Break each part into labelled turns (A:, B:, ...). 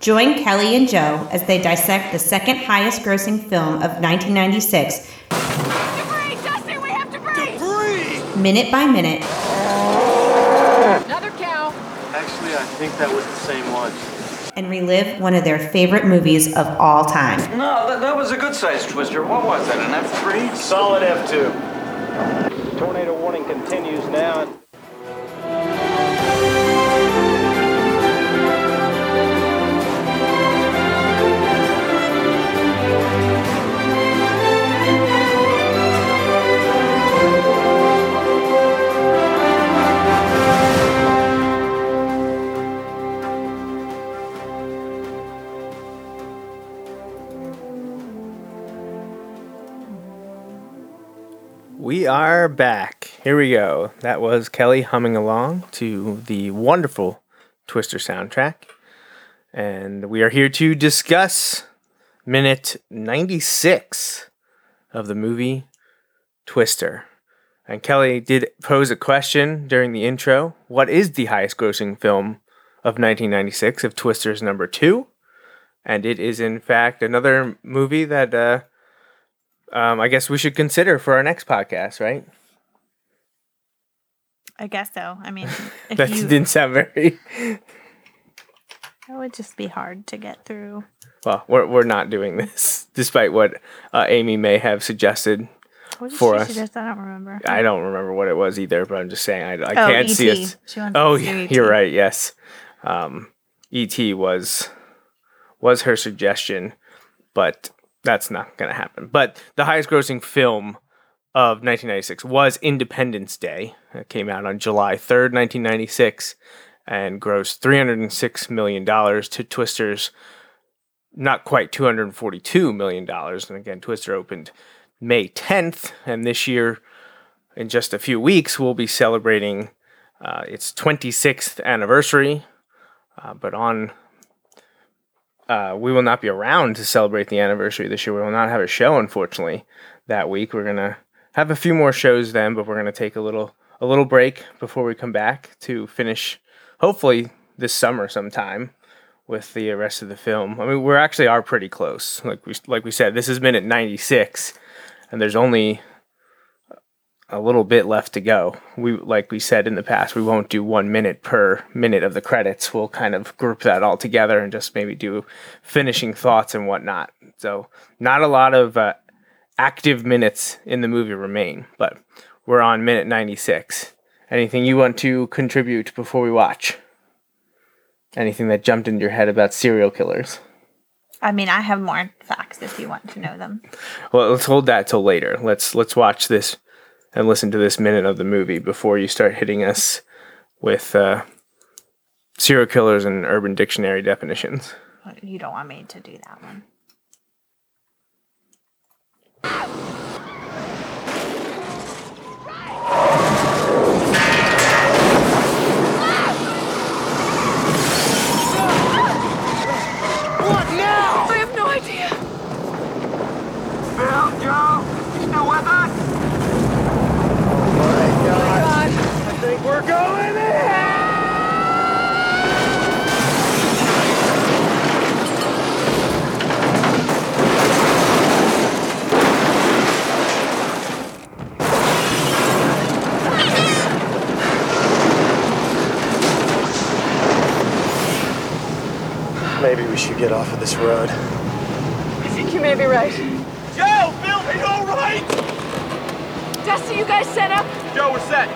A: Join Kelly and Joe as they dissect the second highest grossing film of 1996,
B: Debris! Dustin, we have debris!
C: Free!
A: minute by minute,
B: Another cow.
D: Actually, I think that was the same one.
A: and relive one of their favorite movies of all time.
E: No, that, that was a good sized twister. What was that, an F3?
D: Solid F2. Tornado warning continues now.
F: We are back. Here we go. That was Kelly humming along to the wonderful Twister soundtrack. And we are here to discuss minute 96 of the movie Twister. And Kelly did pose a question during the intro What is the highest grossing film of 1996 if Twister is number two? And it is, in fact, another movie that uh, um, I guess we should consider for our next podcast, right?
G: I guess so. I mean, if
F: That
G: you,
F: didn't sound very
G: that would just be hard to get through.
F: well. We're we're not doing this, despite what uh, Amy may have suggested.
G: What did
F: For
G: she
F: us.
G: suggest? I don't remember.
F: I don't remember what it was either, but I'm just saying I, I
G: Oh,
F: can't see
G: E.T..
F: it.
G: She wants
F: Oh,
G: to E do
F: yeah,
G: E.T..
F: you're right. Yes, um, E.T. was was her suggestion, but that's not going to happen. But the highest-grossing film of 1996 was Independence Day. It came out on July 3rd, 1996, and grossed 306 million dollars to Twister's not quite 242 million dollars. And again, Twister opened May 10th, and this year in just a few weeks, we'll be celebrating uh, its 26th anniversary. Uh, but on, uh, we will not be around to celebrate the anniversary this year. We will not have a show, unfortunately, that week. We're gonna have a few more shows then, but we're gonna take a little a little break before we come back to finish, hopefully this summer sometime, with the rest of the film. I mean, we're actually are pretty close. Like we like we said, this is minute 96, and there's only a little bit left to go. We like we said in the past, we won't do one minute per minute of the credits. We'll kind of group that all together and just maybe do finishing thoughts and whatnot. So not a lot of uh, active minutes in the movie remain, but we're on minute ninety six. Anything you want to contribute before we watch? Anything that jumped into your head about serial killers?
G: I mean, I have more facts if you want to know them.
F: Well, let's hold that till later. Let's let's watch this and listen to this minute of the movie before you start hitting us with uh, serial killers and Urban Dictionary definitions.
G: You don't want me to do that one.
C: What now?
B: I have no idea.
C: Bill, Joe, you still with us? Oh my god. I think we're going in!
D: Maybe we should get off of this road.
B: I think you may be right.
C: Joe, Bill, are you alright?
B: Dusty, you guys set up?
C: Joe, we're set.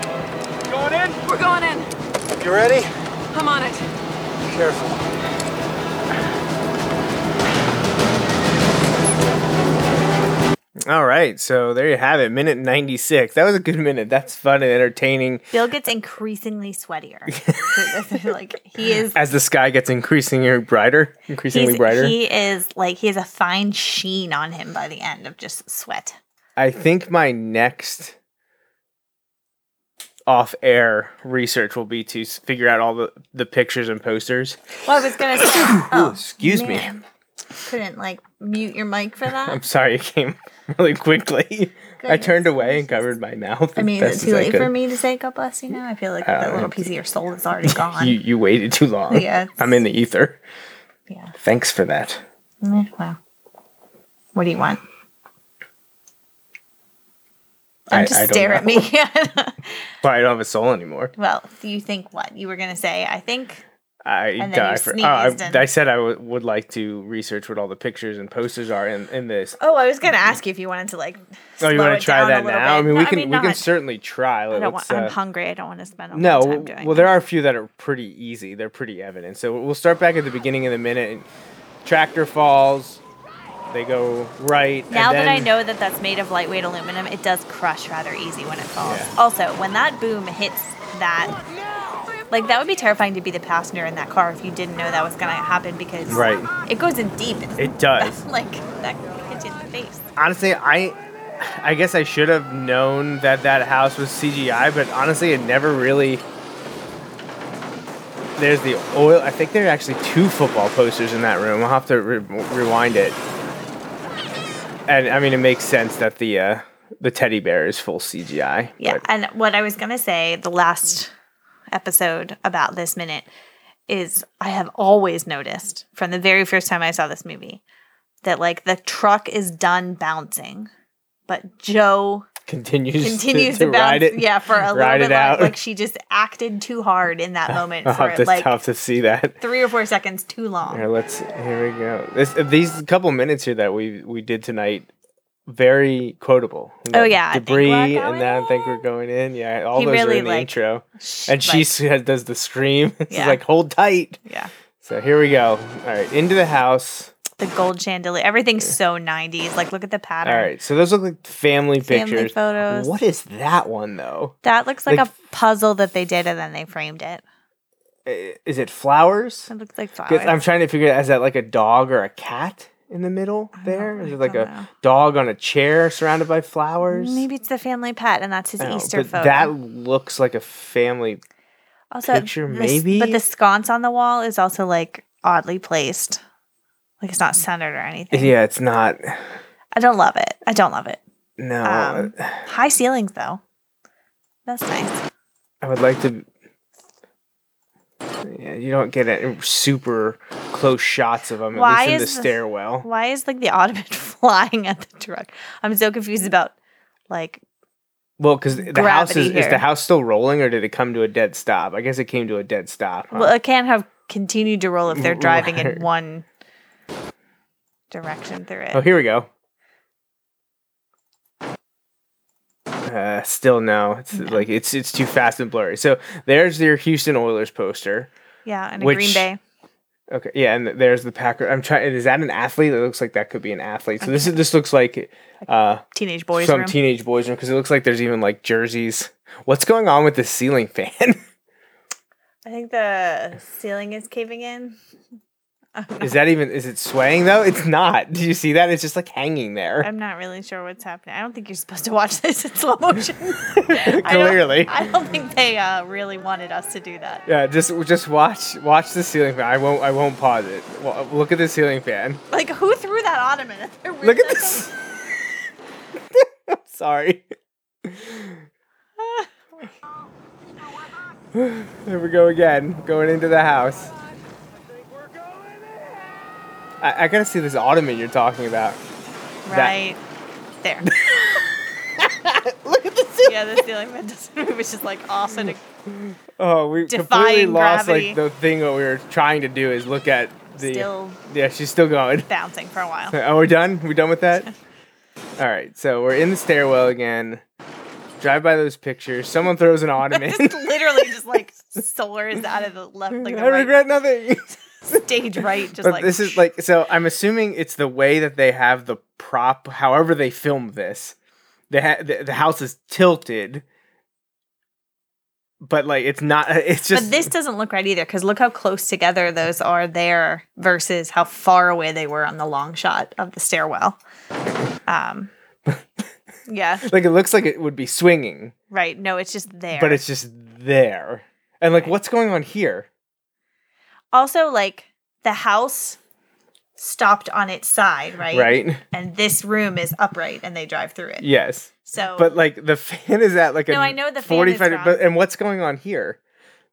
C: Going in?
B: We're going in.
D: You ready?
B: I'm on it.
D: Careful.
F: All right, so there you have it. Minute 96. That was a good minute. That's fun and entertaining
G: Bill gets increasingly sweatier. like he is
F: as the sky gets increasingly brighter, increasingly
G: he's-
F: brighter.
G: he is like he has a fine sheen on him by the end of just sweat.
F: I think my next off-air research will be to s- figure out all the, the pictures and posters.
G: Well, I was gonna say oh,
F: Excuse me.
G: man. Couldn't like mute your mic for that.
F: I'm sorry it came really quickly. I
G: Goodness
F: turned away and covered my mouth.
G: I
F: as
G: mean, is
F: best
G: it too
F: as I
G: late for
F: could.
G: me to say God bless you now? I feel like that little piece of your soul is already gone.
F: You, you waited too long.
G: Yeah, it's-
F: I'm in the ether.
G: Yeah.
F: Thanks for that.
G: Eh, well, what do you want?
F: I-
G: Don't just
F: I don't
G: stare at
F: know.
G: me.
F: But I don't have a soul anymore.
G: well, do you think what you were gonna say? I think
F: I
G: And then
F: die
G: you
F: for.
G: sneezed
F: Oh, I,
G: and-
F: I said I w- would like to research what all the pictures and posters are in, in this.
G: Oh, I was gonna ask you if you wanted to like.
F: Oh, you
G: want
F: want to try that now? I mean, we can we can certainly
G: Certainly
F: try.
G: I don't
F: Let's,
G: want, I'm
F: uh,
G: hungry. I don't want to spend all
F: no,
G: my time
F: w-
G: doing.
F: well, there are a few that are pretty easy. They're pretty evident. So we'll start back at the beginning of the minute. And tractor falls. They go right. and
G: Now that I
F: then-
G: know that that's made of lightweight aluminum, it does crush rather easy when it falls.
F: Yeah.
G: Also, when that boom hits that. Like that would be terrifying to be the passenger in that car if you didn't know that was gonna happen because
F: Right.
G: it goes in deep. It's-
F: It does.
G: like that could hit you in the face.
F: honestly, I I guess I should have known that that house was CGI, but honestly, it never really. There's the oil. I think there are actually two football posters in that room. I'll have to re- rewind it. And I mean, it makes sense that the uh, the teddy bear is full CGI.
G: Yeah,
F: but-
G: and what I was gonna say, the last episode about this minute is I have always noticed from the very first time I saw this movie that like the truck is done bouncing, but Joe
F: continues
G: continues
F: to,
G: to,
F: to
G: bounce.
F: ride it.
G: yeah, for a little
F: ride
G: bit
F: it out. Oh,
G: longer. Like she just acted too hard in that moment
F: I'll
G: for
F: have to,
G: like
F: I'll have to see that.
G: three or four seconds too long.
F: Here, let's. Here we go. This these couple minutes here that we we did tonight, very quotable. We
G: Oh,
F: got
G: yeah, I think we're
F: debris,
G: going
F: and then I think we're going in. Yeah, all
G: He
F: those are
G: really,
F: in the
G: like,
F: intro,
G: Sh-
F: and she
G: like,
F: said- does the scream. She's
G: Yeah.
F: like, "Hold tight."
G: yeah,
F: So here we go. All right, into the house.
G: the gold chandelier, everything's so '90s. Like, look at the pattern.
F: All right, so those look like family,
G: Family
F: pictures.
G: photos.
F: What is that one though?
G: That looks like
F: Like-
G: a puzzle that they did and then they framed it.
F: I- Is it flowers?
G: It looks like
F: 'Cause
G: flowers.
F: I'm trying to figure out is that like a dog or a cat in the middle there? Is it like
G: don't
F: a
G: know.
F: dog on a chair surrounded by flowers?
G: Maybe it's the family pet and that's his
F: Oh,
G: Easter
F: but
G: photo.
F: That looks like a family.
G: also,
F: picture,
G: this-
F: maybe?
G: But the sconce on the wall is also like oddly placed. Like it's not centered or anything.
F: Yeah, it's not.
G: I don't love it. I don't love it.
F: No,
G: Um, high ceilings though. That's nice.
F: I would like to. Yeah, you don't get it, super close shots of them.
G: Why
F: at least in the
G: is the-
F: stairwell.
G: Why is like the ottoman flying at the truck? I'm so confused about like
F: Well, because the house is,
G: Gravity
F: is the
G: here.
F: house still rolling, or did it come to a dead stop? I guess it came to a dead stop. huh?
G: well it can't have continued to roll if they're driving
F: Right.
G: in one direction through it.
F: oh, here we go. Uh, still no. It's like it's it's too fast and blurry. So there's your Houston Oilers poster.
G: Yeah, and a
F: Which-
G: Green Bay.
F: Okay, yeah, and there's the Packer. I'm trying. Is that an athlete? It looks like that could be an athlete. So this is this looks like uh,
G: teenage boys
F: some
G: room.
F: teenage boys room because it looks like there's even like jerseys. What's going on with the ceiling fan?
G: I think the ceiling is caving in.
F: is that even? Is it swaying though? It's not. Do you see that? It's just like hanging there.
G: I'm not really sure what's happening. I don't think you're supposed to watch this in slow motion. I don't-
F: Clearly.
G: I don't think they uh, really wanted us to do that.
F: Yeah, just just watch watch the ceiling fan. I won't I won't pause it. Wa- Look at the ceiling fan.
G: Like, who threw that ottoman at their
F: Look at
G: window?
F: this. I'm sorry. Here we go again, going into the house. I, I gotta see this ottoman you're talking about.
G: Right there. Look at the ceiling. Yeah, the ceiling that doesn't move. It's just like off in a
F: Oh, we completely
G: Defying
F: lost
G: gravity.
F: like the thing that we were trying to do is look at the.
G: Still.
F: Yeah, she's still going.
G: bouncing for a while.
F: Are we done? We done with that? All right, so we're in the stairwell again. Drive by those pictures. Someone throws an ottoman.
G: It's literally just like soars out of the left, like the
F: I
G: right
F: regret nothing.
G: stage right. Just
F: But
G: like
F: this is like so. I'm assuming it's the way that they have the prop. However, they filmed this, they ha- the the house is tilted, but like it's not. It's just
G: But this doesn't look right either because look how close together those are there versus how far away they were on the long shot of the stairwell. Um, yeah,
F: like it looks like it would be swinging,
G: right. No, it's just there.
F: but it's just there. And like, what's going on here?
G: also like the house stopped on its side, right?
F: Right?
G: And this room is upright, and they drive through it.
F: Yes,
G: So,
F: but like the fan is at like a
G: No, I know the fan is
F: 45
G: wrong.
F: But and what's going on here?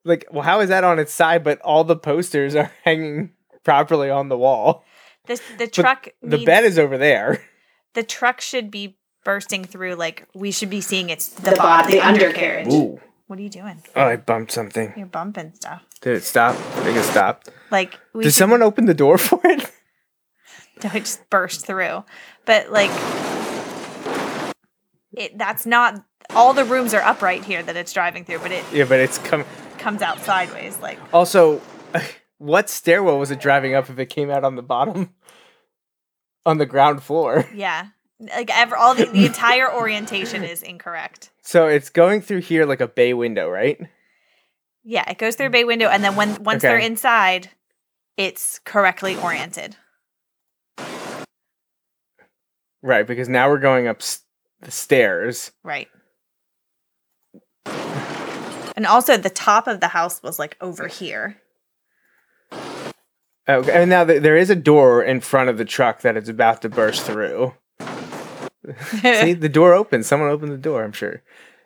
F: Like, well, how is that on its side? But all the posters are hanging properly on the wall.
G: the the truck
F: The
G: needs-
F: bed is over there.
G: the truck should be bursting through. Like we should be seeing it's the, bod, the undercarriage.
F: Ooh.
G: What are you doing?
F: Oh, I bumped something.
G: You're bumping stuff.
F: Did it stop? I think it stopped.
G: Like we
F: Did
G: should-
F: someone open the door for it?
G: No, it just burst through. But like, it that's not all the rooms are upright here that it's driving through, but it
F: Yeah, but it's coming.
G: comes out sideways. Like,
F: Also, what stairwell was it driving up if it came out on the bottom? On the ground floor.
G: yeah, like ever all the, the entire orientation is incorrect.
F: So it's going through here like a bay window, right?
G: Yeah, it goes through a bay window, and then when once they're
F: Okay.
G: inside, it's correctly oriented.
F: Right, because now we're going up s- the stairs.
G: Right. And also, the top of the house was like over here.
F: Okay, and now th- there is a door in front of the truck that it's about to burst through. See, the door opened. Someone opened the door. I'm sure.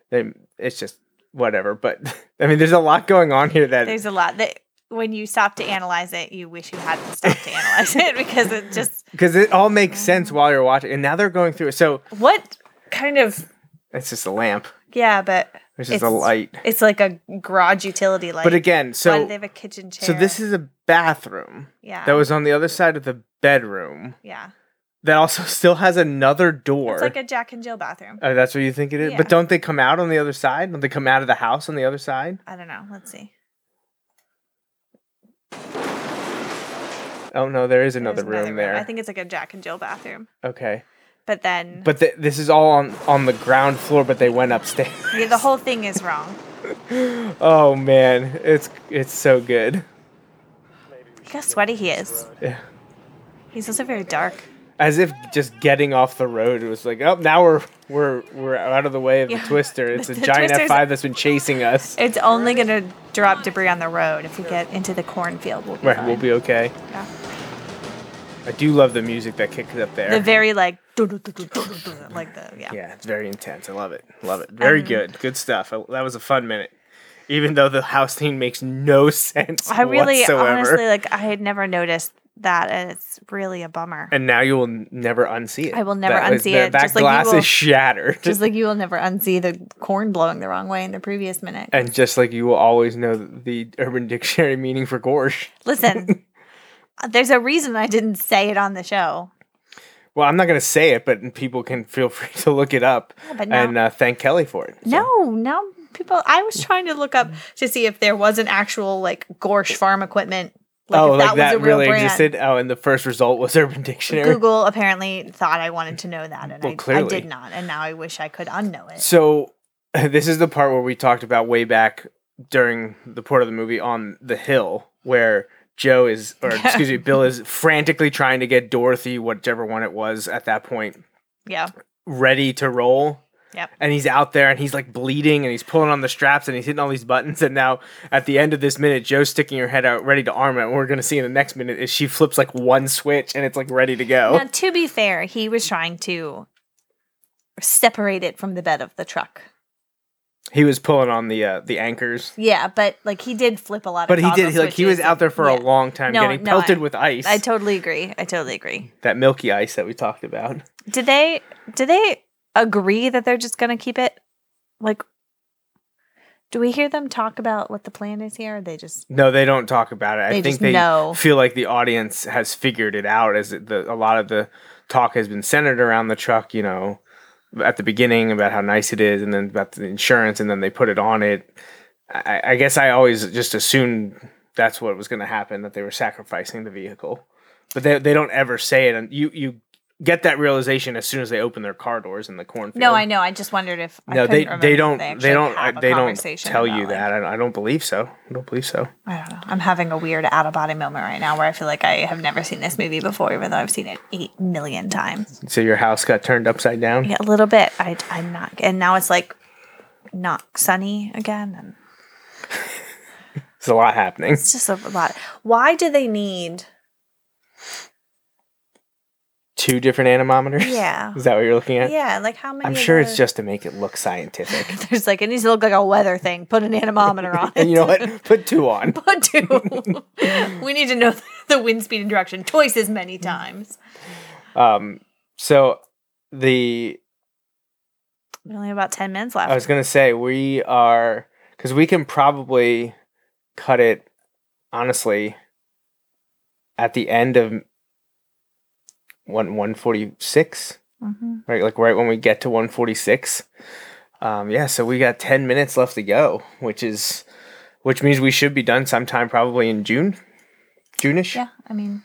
F: They, it's just whatever. But I mean, there's a lot going on here that
G: There's a lot that when you stop to analyze it, you wish you hadn't stopped to analyze it because it just
F: because it all makes
G: Mm.
F: sense while you're watching. And now they're going through it. So
G: what kind of
F: it's just a lamp.
G: yeah, but
F: It's just a light.
G: It's like a garage utility light.
F: But again,
G: why do
F: so
G: they have a kitchen chair?
F: so this is a bathroom
G: yeah,
F: that was on the other side of the bedroom
G: yeah.
F: that also still has another door.
G: It's like a Jack and Jill bathroom.
F: oh, that's what you think it is.
G: Yeah.
F: But don't they come out on the other side? Don't they come out of the house on the other side?
G: I don't know. Let's see.
F: Oh no, there is
G: There's
F: another room there.
G: I think it's like a Jack and Jill bathroom.
F: okay,
G: But then
F: but th- this is all on on the ground floor. But they went upstairs.
G: yeah, the whole thing is wrong.
F: oh man, it's it's so good.
G: Look how sweaty he is.
F: Yeah.
G: He's also very dark.
F: as if just getting off the road was like, oh, now we're we're we're out of the way of
G: Yeah.
F: the twister. It's a
G: The
F: giant
G: twister's-
F: F5 that's been chasing us.
G: It's only gonna drop debris on the road. If we get into the cornfield, we'll be
F: Right,
G: fine.
F: we'll be okay.
G: Yeah.
F: I do love the music that kicks up there.
G: the very like like the yeah.
F: yeah, it's very intense. I love it. Love it. Very
G: Um,
F: good. Good stuff. I, that was a fun minute. Even though the house theme makes no sense
G: I really
F: whatsoever.
G: honestly like I had never noticed that and it's really a bummer.
F: and now you will n- never unsee it.
G: I will never
F: That is-
G: unsee
F: that-
G: it,
F: That
G: just like you
F: glass
G: will-
F: is shattered.
G: Just like you will never unsee the corn blowing the wrong way in the previous minute.
F: and just like you will always know the Urban Dictionary meaning for gorge.
G: Listen, there's a reason I didn't say it on the show.
F: Well, I'm not going to say it, but people can feel free to look it up
G: but now-
F: and uh, thank Kelly for it.
G: No, no people I was trying to look up to see if there was an actual like Gorsh farm equipment. Like
F: oh,
G: if
F: like that,
G: was a real
F: really
G: brand.
F: existed. Oh, and the first result was Urban Dictionary.
G: Google apparently thought I wanted to know that, and
F: Well,
G: I, I
F: clearly.
G: did not. And now I wish I could unknow it.
F: So, this is the part where we talked about way back during the part of the movie on the hill where Joe is, or excuse me, Bill is frantically trying to get Dorothy, whichever one it was at that point,
G: Yeah.
F: ready to roll.
G: Yep.
F: and he's out there and he's like bleeding and he's pulling on the straps and he's hitting all these buttons and now at the end of this minute joe's sticking her head out ready to arm it and what we're going to see in the next minute is she flips like one switch and it's like ready to go
G: Now, to be fair, he was trying to separate it from the bed of the truck.
F: he was pulling on the uh, the anchors
G: Yeah, but like he did flip a lot.
F: but
G: of
F: he
G: toggle
F: did he, like he was
G: switches
F: out there for
G: and-
F: a
G: yeah.
F: long time
G: No,
F: getting
G: no,
F: pelted
G: I-
F: with ice
G: I totally agree. I totally agree.
F: that milky ice that we talked about
G: Did they? Did they agree that they're just gonna keep it? Like, do we hear them talk about what the plan is here? Or they just
F: no they don't talk about it
G: They
F: i think
G: just
F: they
G: know.
F: feel like the audience has figured it out as it- the, a lot of the talk has been centered around the truck you know at the beginning about how nice it is and then about the insurance and then they put it on it i, I guess i always just assumed that's what was going to happen that they were sacrificing the vehicle. But they, they don't ever say it, and you you get that realization as soon as they open their car doors in the cornfield.
G: No, I know. I just wondered if I
F: No,
G: couldn't
F: they,
G: remember
F: they
G: if
F: don't
G: actually
F: they don't
G: have
F: I-
G: a
F: they don't
G: conversation
F: tell
G: about,
F: you
G: like-
F: that. I, don't, I don't believe so. I don't believe so.
G: I don't know. I'm having a weird out of body moment right now where I feel like I have never seen this movie before, even though I've seen it eight million times.
F: So your house got turned upside down.
G: Yeah, a little bit. I, I'm not, and now it's like not sunny again, and
F: There's a lot happening.
G: it's just a lot. Why do they need?
F: Two different anemometers.
G: Yeah.
F: Is that what you're looking at?
G: Yeah, like how many?
F: I'm
G: of
F: sure it's
G: those-
F: just to make it look scientific.
G: there's like it needs to look like a weather thing. Put an anemometer on it.
F: and you know what? Put two on.
G: Put two. we need to know the wind speed and direction twice as
F: Mm.
G: many times.
F: Um, so the
G: Only about ten minutes left.
F: I was gonna say we are because we can probably cut it honestly at the end of one one forty six,
G: Mhm.
F: right? Like right when we get to one forty six. Um, yeah, so we got ten minutes left to go, which is which means we should be done sometime probably in June, June-ish,
G: Yeah, I mean,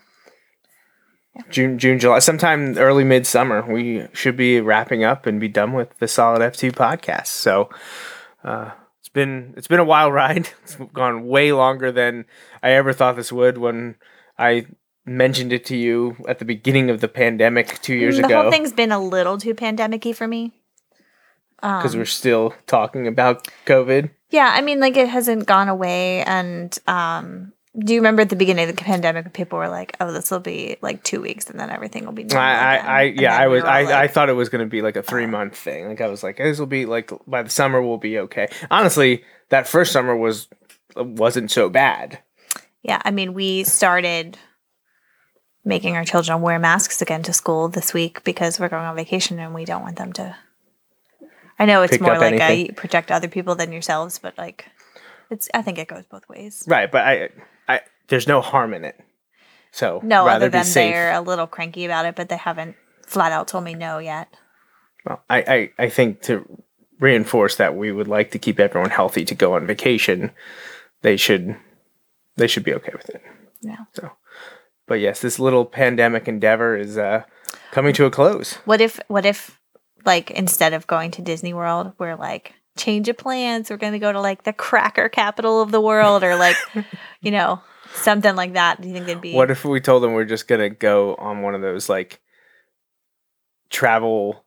F: June, June, July, sometime early midsummer. We should be wrapping up and be done with the Solid F two podcast. So. uh, it's been it's been a wild ride. It's gone way longer than I ever thought this would when I mentioned it to you at the beginning of the pandemic two years
G: the
F: ago
G: whole thing's been a little too pandemic-y for me.
F: because we're still talking about COVID.
G: Yeah, I mean, like it hasn't gone away. And um, do you remember at the beginning of the pandemic, when people were like, "Oh, this will be like two weeks, and then everything will be."
F: I,
G: Normal
F: I,
G: again."
F: I
G: Oh And
F: yeah
G: then
F: I
G: we
F: was
G: were all
F: I, I
G: like-
F: thought it was gonna be like a three month thing. Like I was like this will be like by the summer we'll be okay. Honestly, that first summer was wasn't so bad.
G: yeah, I mean, we started making our children wear masks again to school this week because we're going on vacation and we don't want them to. I know it's
F: Pick
G: more
F: up
G: like I
F: anything.
G: protect other people than yourselves, but like, it's I think it goes both ways.
F: Right, but I I there's no harm in it. So
G: No,
F: rather
G: other
F: be
G: than
F: safe.
G: they're a little cranky about it, but they haven't flat out told me no yet.
F: Well, I, I, I think to reinforce that we would like to keep everyone healthy to go on vacation, they should they should be okay with it.
G: Yeah.
F: So but yes, this little pandemic endeavor is uh, coming to a close.
G: What if what if like instead of going to Disney World, we're like change of plans, we're going to go to like the cracker capital of the world or like you know, something like that. Do you think it'd be
F: What if we told them we're just gonna go on one of those like travel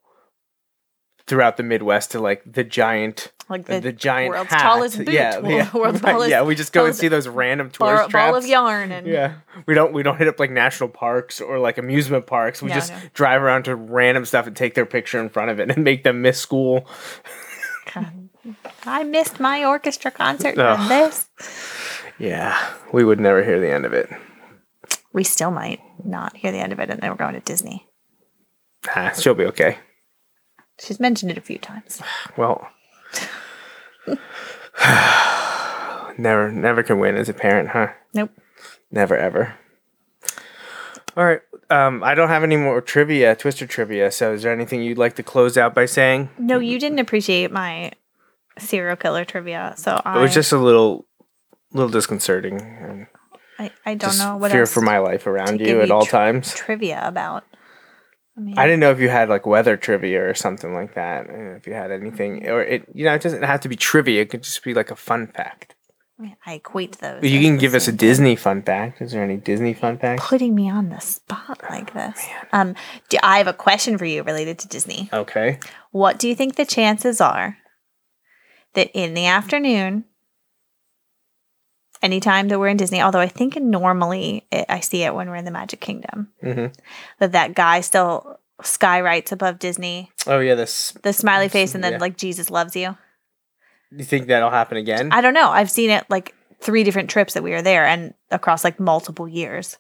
F: throughout the Midwest to like the giant
G: like
F: the,
G: the,
F: giant
G: world's
F: hat.
G: tallest boot,
F: yeah,
G: wo-
F: yeah,
G: world's
F: right,
G: tallest-
F: yeah. We just go and
G: tallest
F: see those random
G: bar-
F: tourist
G: ball
F: traps.
G: of yarn and
F: Yeah, we don't we don't hit up like national parks or like amusement parks. We
G: No,
F: just
G: no.
F: drive around to random stuff and take their picture in front of it and make them miss school.
G: I missed my orchestra concert on
F: Ugh.
G: this.
F: Yeah, we would never hear the end of it.
G: We still might not hear the end of it and then we're going to Disney.
F: Ah, she'll be okay.
G: She's mentioned it a few times.
F: Well, never never can win as a parent, huh?
G: Nope.
F: Never ever. All right. Um, I don't have any more trivia, twister trivia. So, is there anything you'd like to close out by saying?
G: No, you didn't appreciate my serial killer trivia, so I
F: It was just a little, little disconcerting. and
G: I, I don't
F: just
G: know what
F: fear
G: else
F: for my life around
G: to
F: you
G: give
F: at
G: you
F: all
G: tr-
F: times.
G: trivia about.
F: I didn't know if you had like weather trivia or something like that. and If you had anything, or it, you know, it doesn't have to be trivia. It could just be like a fun fact.
G: I mean, I equate those.
F: You
G: as
F: can
G: the
F: give us a
G: same.
F: Disney fun fact. Is there any Disney fun fact?
G: putting me on the spot
F: Oh,
G: like this. um, do, I have a question for you related to Disney.
F: Okay.
G: What do you think the chances are that in the afternoon, anytime that we're in Disney, although I think normally it, I see it when we're in the Magic Kingdom,
F: Mhm.
G: that that guy still skywrites above Disney,
F: Oh yeah, this.
G: the smiley face, and then
F: Yeah.
G: like Jesus loves you.
F: You think that'll happen again?
G: I don't know. I've seen it like three different trips that we were there and across like multiple years.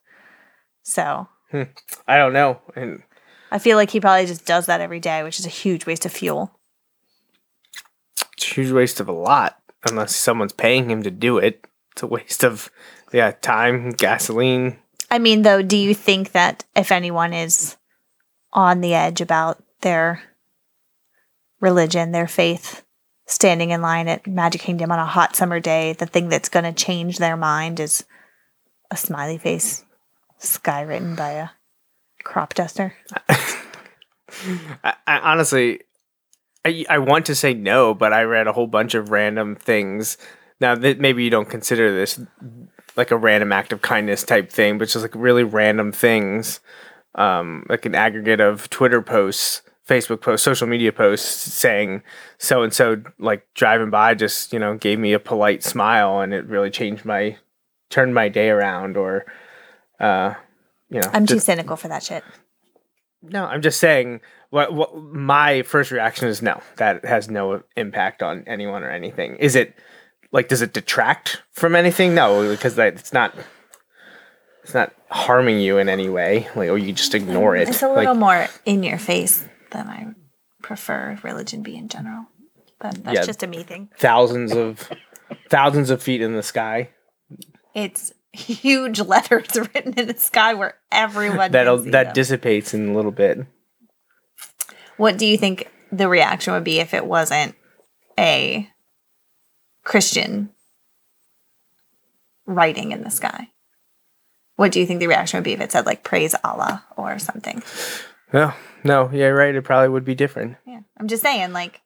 G: So
F: I don't know. And
G: I feel like he probably just does that every day, which is a huge waste of fuel.
F: it's a huge waste of a lot unless someone's paying him to do it. It's a waste of yeah time, gasoline.
G: I mean, though, do you think that if anyone is on the edge about their religion, their faith, standing in line at Magic Kingdom on a hot summer day, the thing that's going to change their mind is a smiley face skywritten by a crop duster.
F: I, I honestly, I, I want to say no, but I read a whole bunch of random things. Now that maybe you don't consider this like a random act of kindness type thing, but just like really random things, um, like an aggregate of Twitter posts, Facebook posts, social media posts saying so and so like driving by just you know gave me a polite smile and it really changed my turned my day around or uh, you know
G: I'm too
F: just-
G: cynical for that shit.
F: no, I'm just saying. What, what my first reaction is no. That has no impact on anyone or anything. Is it like does it detract from anything? No, because that it's not. It's not harming you in any way. Like, or you just ignore it.
G: It's a little
F: like,
G: more in your face than I prefer religion be in general. But that's
F: Yeah.
G: just a me thing.
F: thousands of thousands of feet in the sky.
G: It's huge letters written in the sky where everyone
F: That'll
G: can see
F: that
G: them.
F: dissipates in a little bit.
G: What do you think the reaction would be if it wasn't a Christian writing in the sky? What do you think the reaction would be if it said like praise Allah or something?
F: No, no, yeah, you're right. It probably would be different.
G: Yeah. I'm just saying, like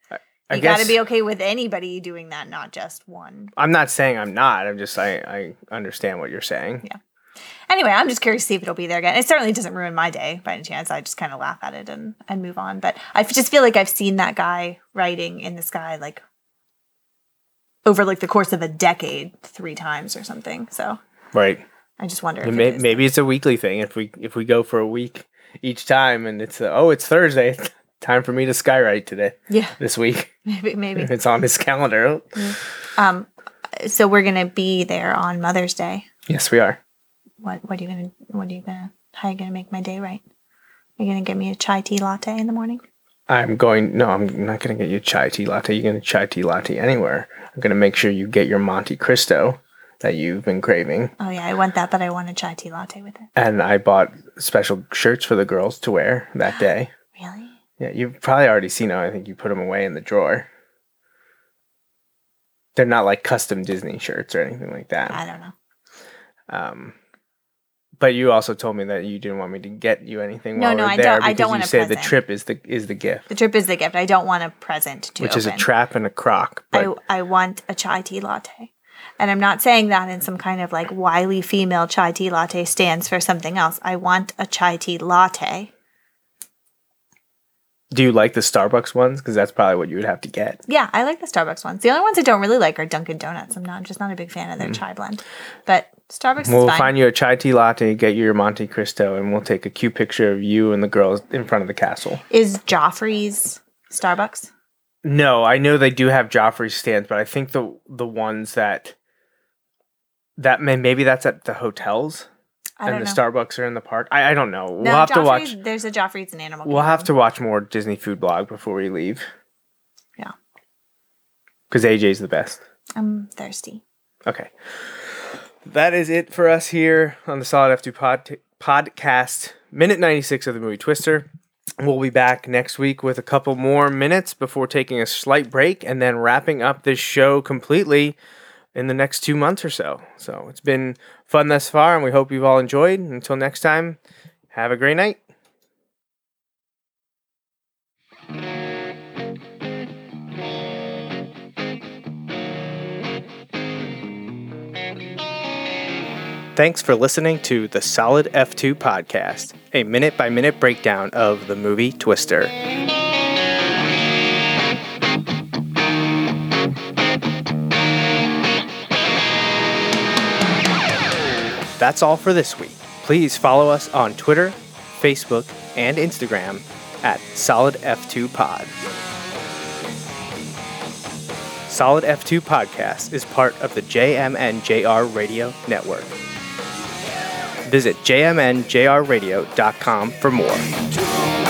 F: I
G: you
F: guess-
G: gotta be okay with anybody doing that, not just one.
F: I'm not saying I'm not. I'm just I I understand what you're saying.
G: Anyway, I'm just curious to see if it'll be there again. It certainly doesn't ruin my day by any chance. I just kind of laugh at it and, and move on. But I f- just feel like I've seen that guy writing in the sky like over like the course of a decade three times or something. So
F: Right.
G: I just wonder. If
F: May-
G: it is.
F: maybe it's a weekly thing. If we if we go for a week each time, and it's uh oh, it's Thursday, time for me to skywrite today
G: Yeah,
F: this week.
G: maybe maybe.
F: It's on his calendar.
G: Um, so we're gonna be there on Mother's Day.
F: Yes, we are.
G: What what are you gonna what are you gonna how are you gonna make my day right? Are you gonna get me a chai tea latte in the morning?
F: I'm going. No, I'm not going to get you a chai tea latte. You're going to chai tea latte anywhere. I'm going to make sure you get your Monte Cristo that you've been craving.
G: Oh yeah, I want that, but I want a chai tea latte with it.
F: And I bought special shirts for the girls to wear that day.
G: Really?
F: Yeah, you've probably already seen them. I think you put them away in the drawer. They're not like custom Disney shirts or anything like that.
G: I don't know.
F: Um, but you also told me that you didn't want me to get you anything
G: No,
F: while
G: no,
F: we're
G: I
F: there
G: don't- I
F: because
G: don't want
F: you
G: a
F: say the
G: present.
F: trip is the is the gift,
G: The trip is the gift. I don't want a present to
F: which
G: open.
F: is a trap and a crock. But
G: I, I want a chai tea latte. And I'm not saying that in some kind of like wily female chai tea latte stands for something else. I want a chai tea latte.
F: do you like the Starbucks ones? Because that's probably what you would have to get.
G: Yeah, I like the Starbucks ones. The only ones I don't really like are Dunkin' Donuts. I'm not I'm just not a big fan of their chai blend. But Starbucks
F: Mm. We'll
G: is fine.
F: find you a chai tea latte, get you your Monte Cristo, and we'll take a cute picture of you and the girls in front of the castle.
G: is Joffrey's Starbucks?
F: No, I know they do have Joffrey stands, but I think the the ones that that may maybe that's at the hotels
G: I
F: and
G: don't
F: the
G: know.
F: Starbucks are in the park. I, I don't know.
G: no,
F: we'll have to
G: Joffrey's-
F: watch.
G: There's a Joffrey's in Animal
F: We'll
G: Kingdom.
F: have to watch more Disney food blog before we leave.
G: Yeah.
F: Because AJ's the best.
G: I'm thirsty.
F: Okay. That is it for us here on the Solid F2 pod- podcast, minute 96 of the movie Twister. We'll be back next week with a couple more minutes before taking a slight break and then wrapping up this show completely in the next two months or so. So it's been fun thus far, and we hope you've all enjoyed. Until next time, have a great night. Thanks for listening to the Solid F2 podcast, a minute by minute breakdown of the movie Twister. That's all for this week. Please follow us on Twitter, Facebook, and Instagram at Solid F2 Pod. Solid F2 Podcast is part of the JMNJR Radio Network. Visit jmnjrradio.com for more.
C: Two.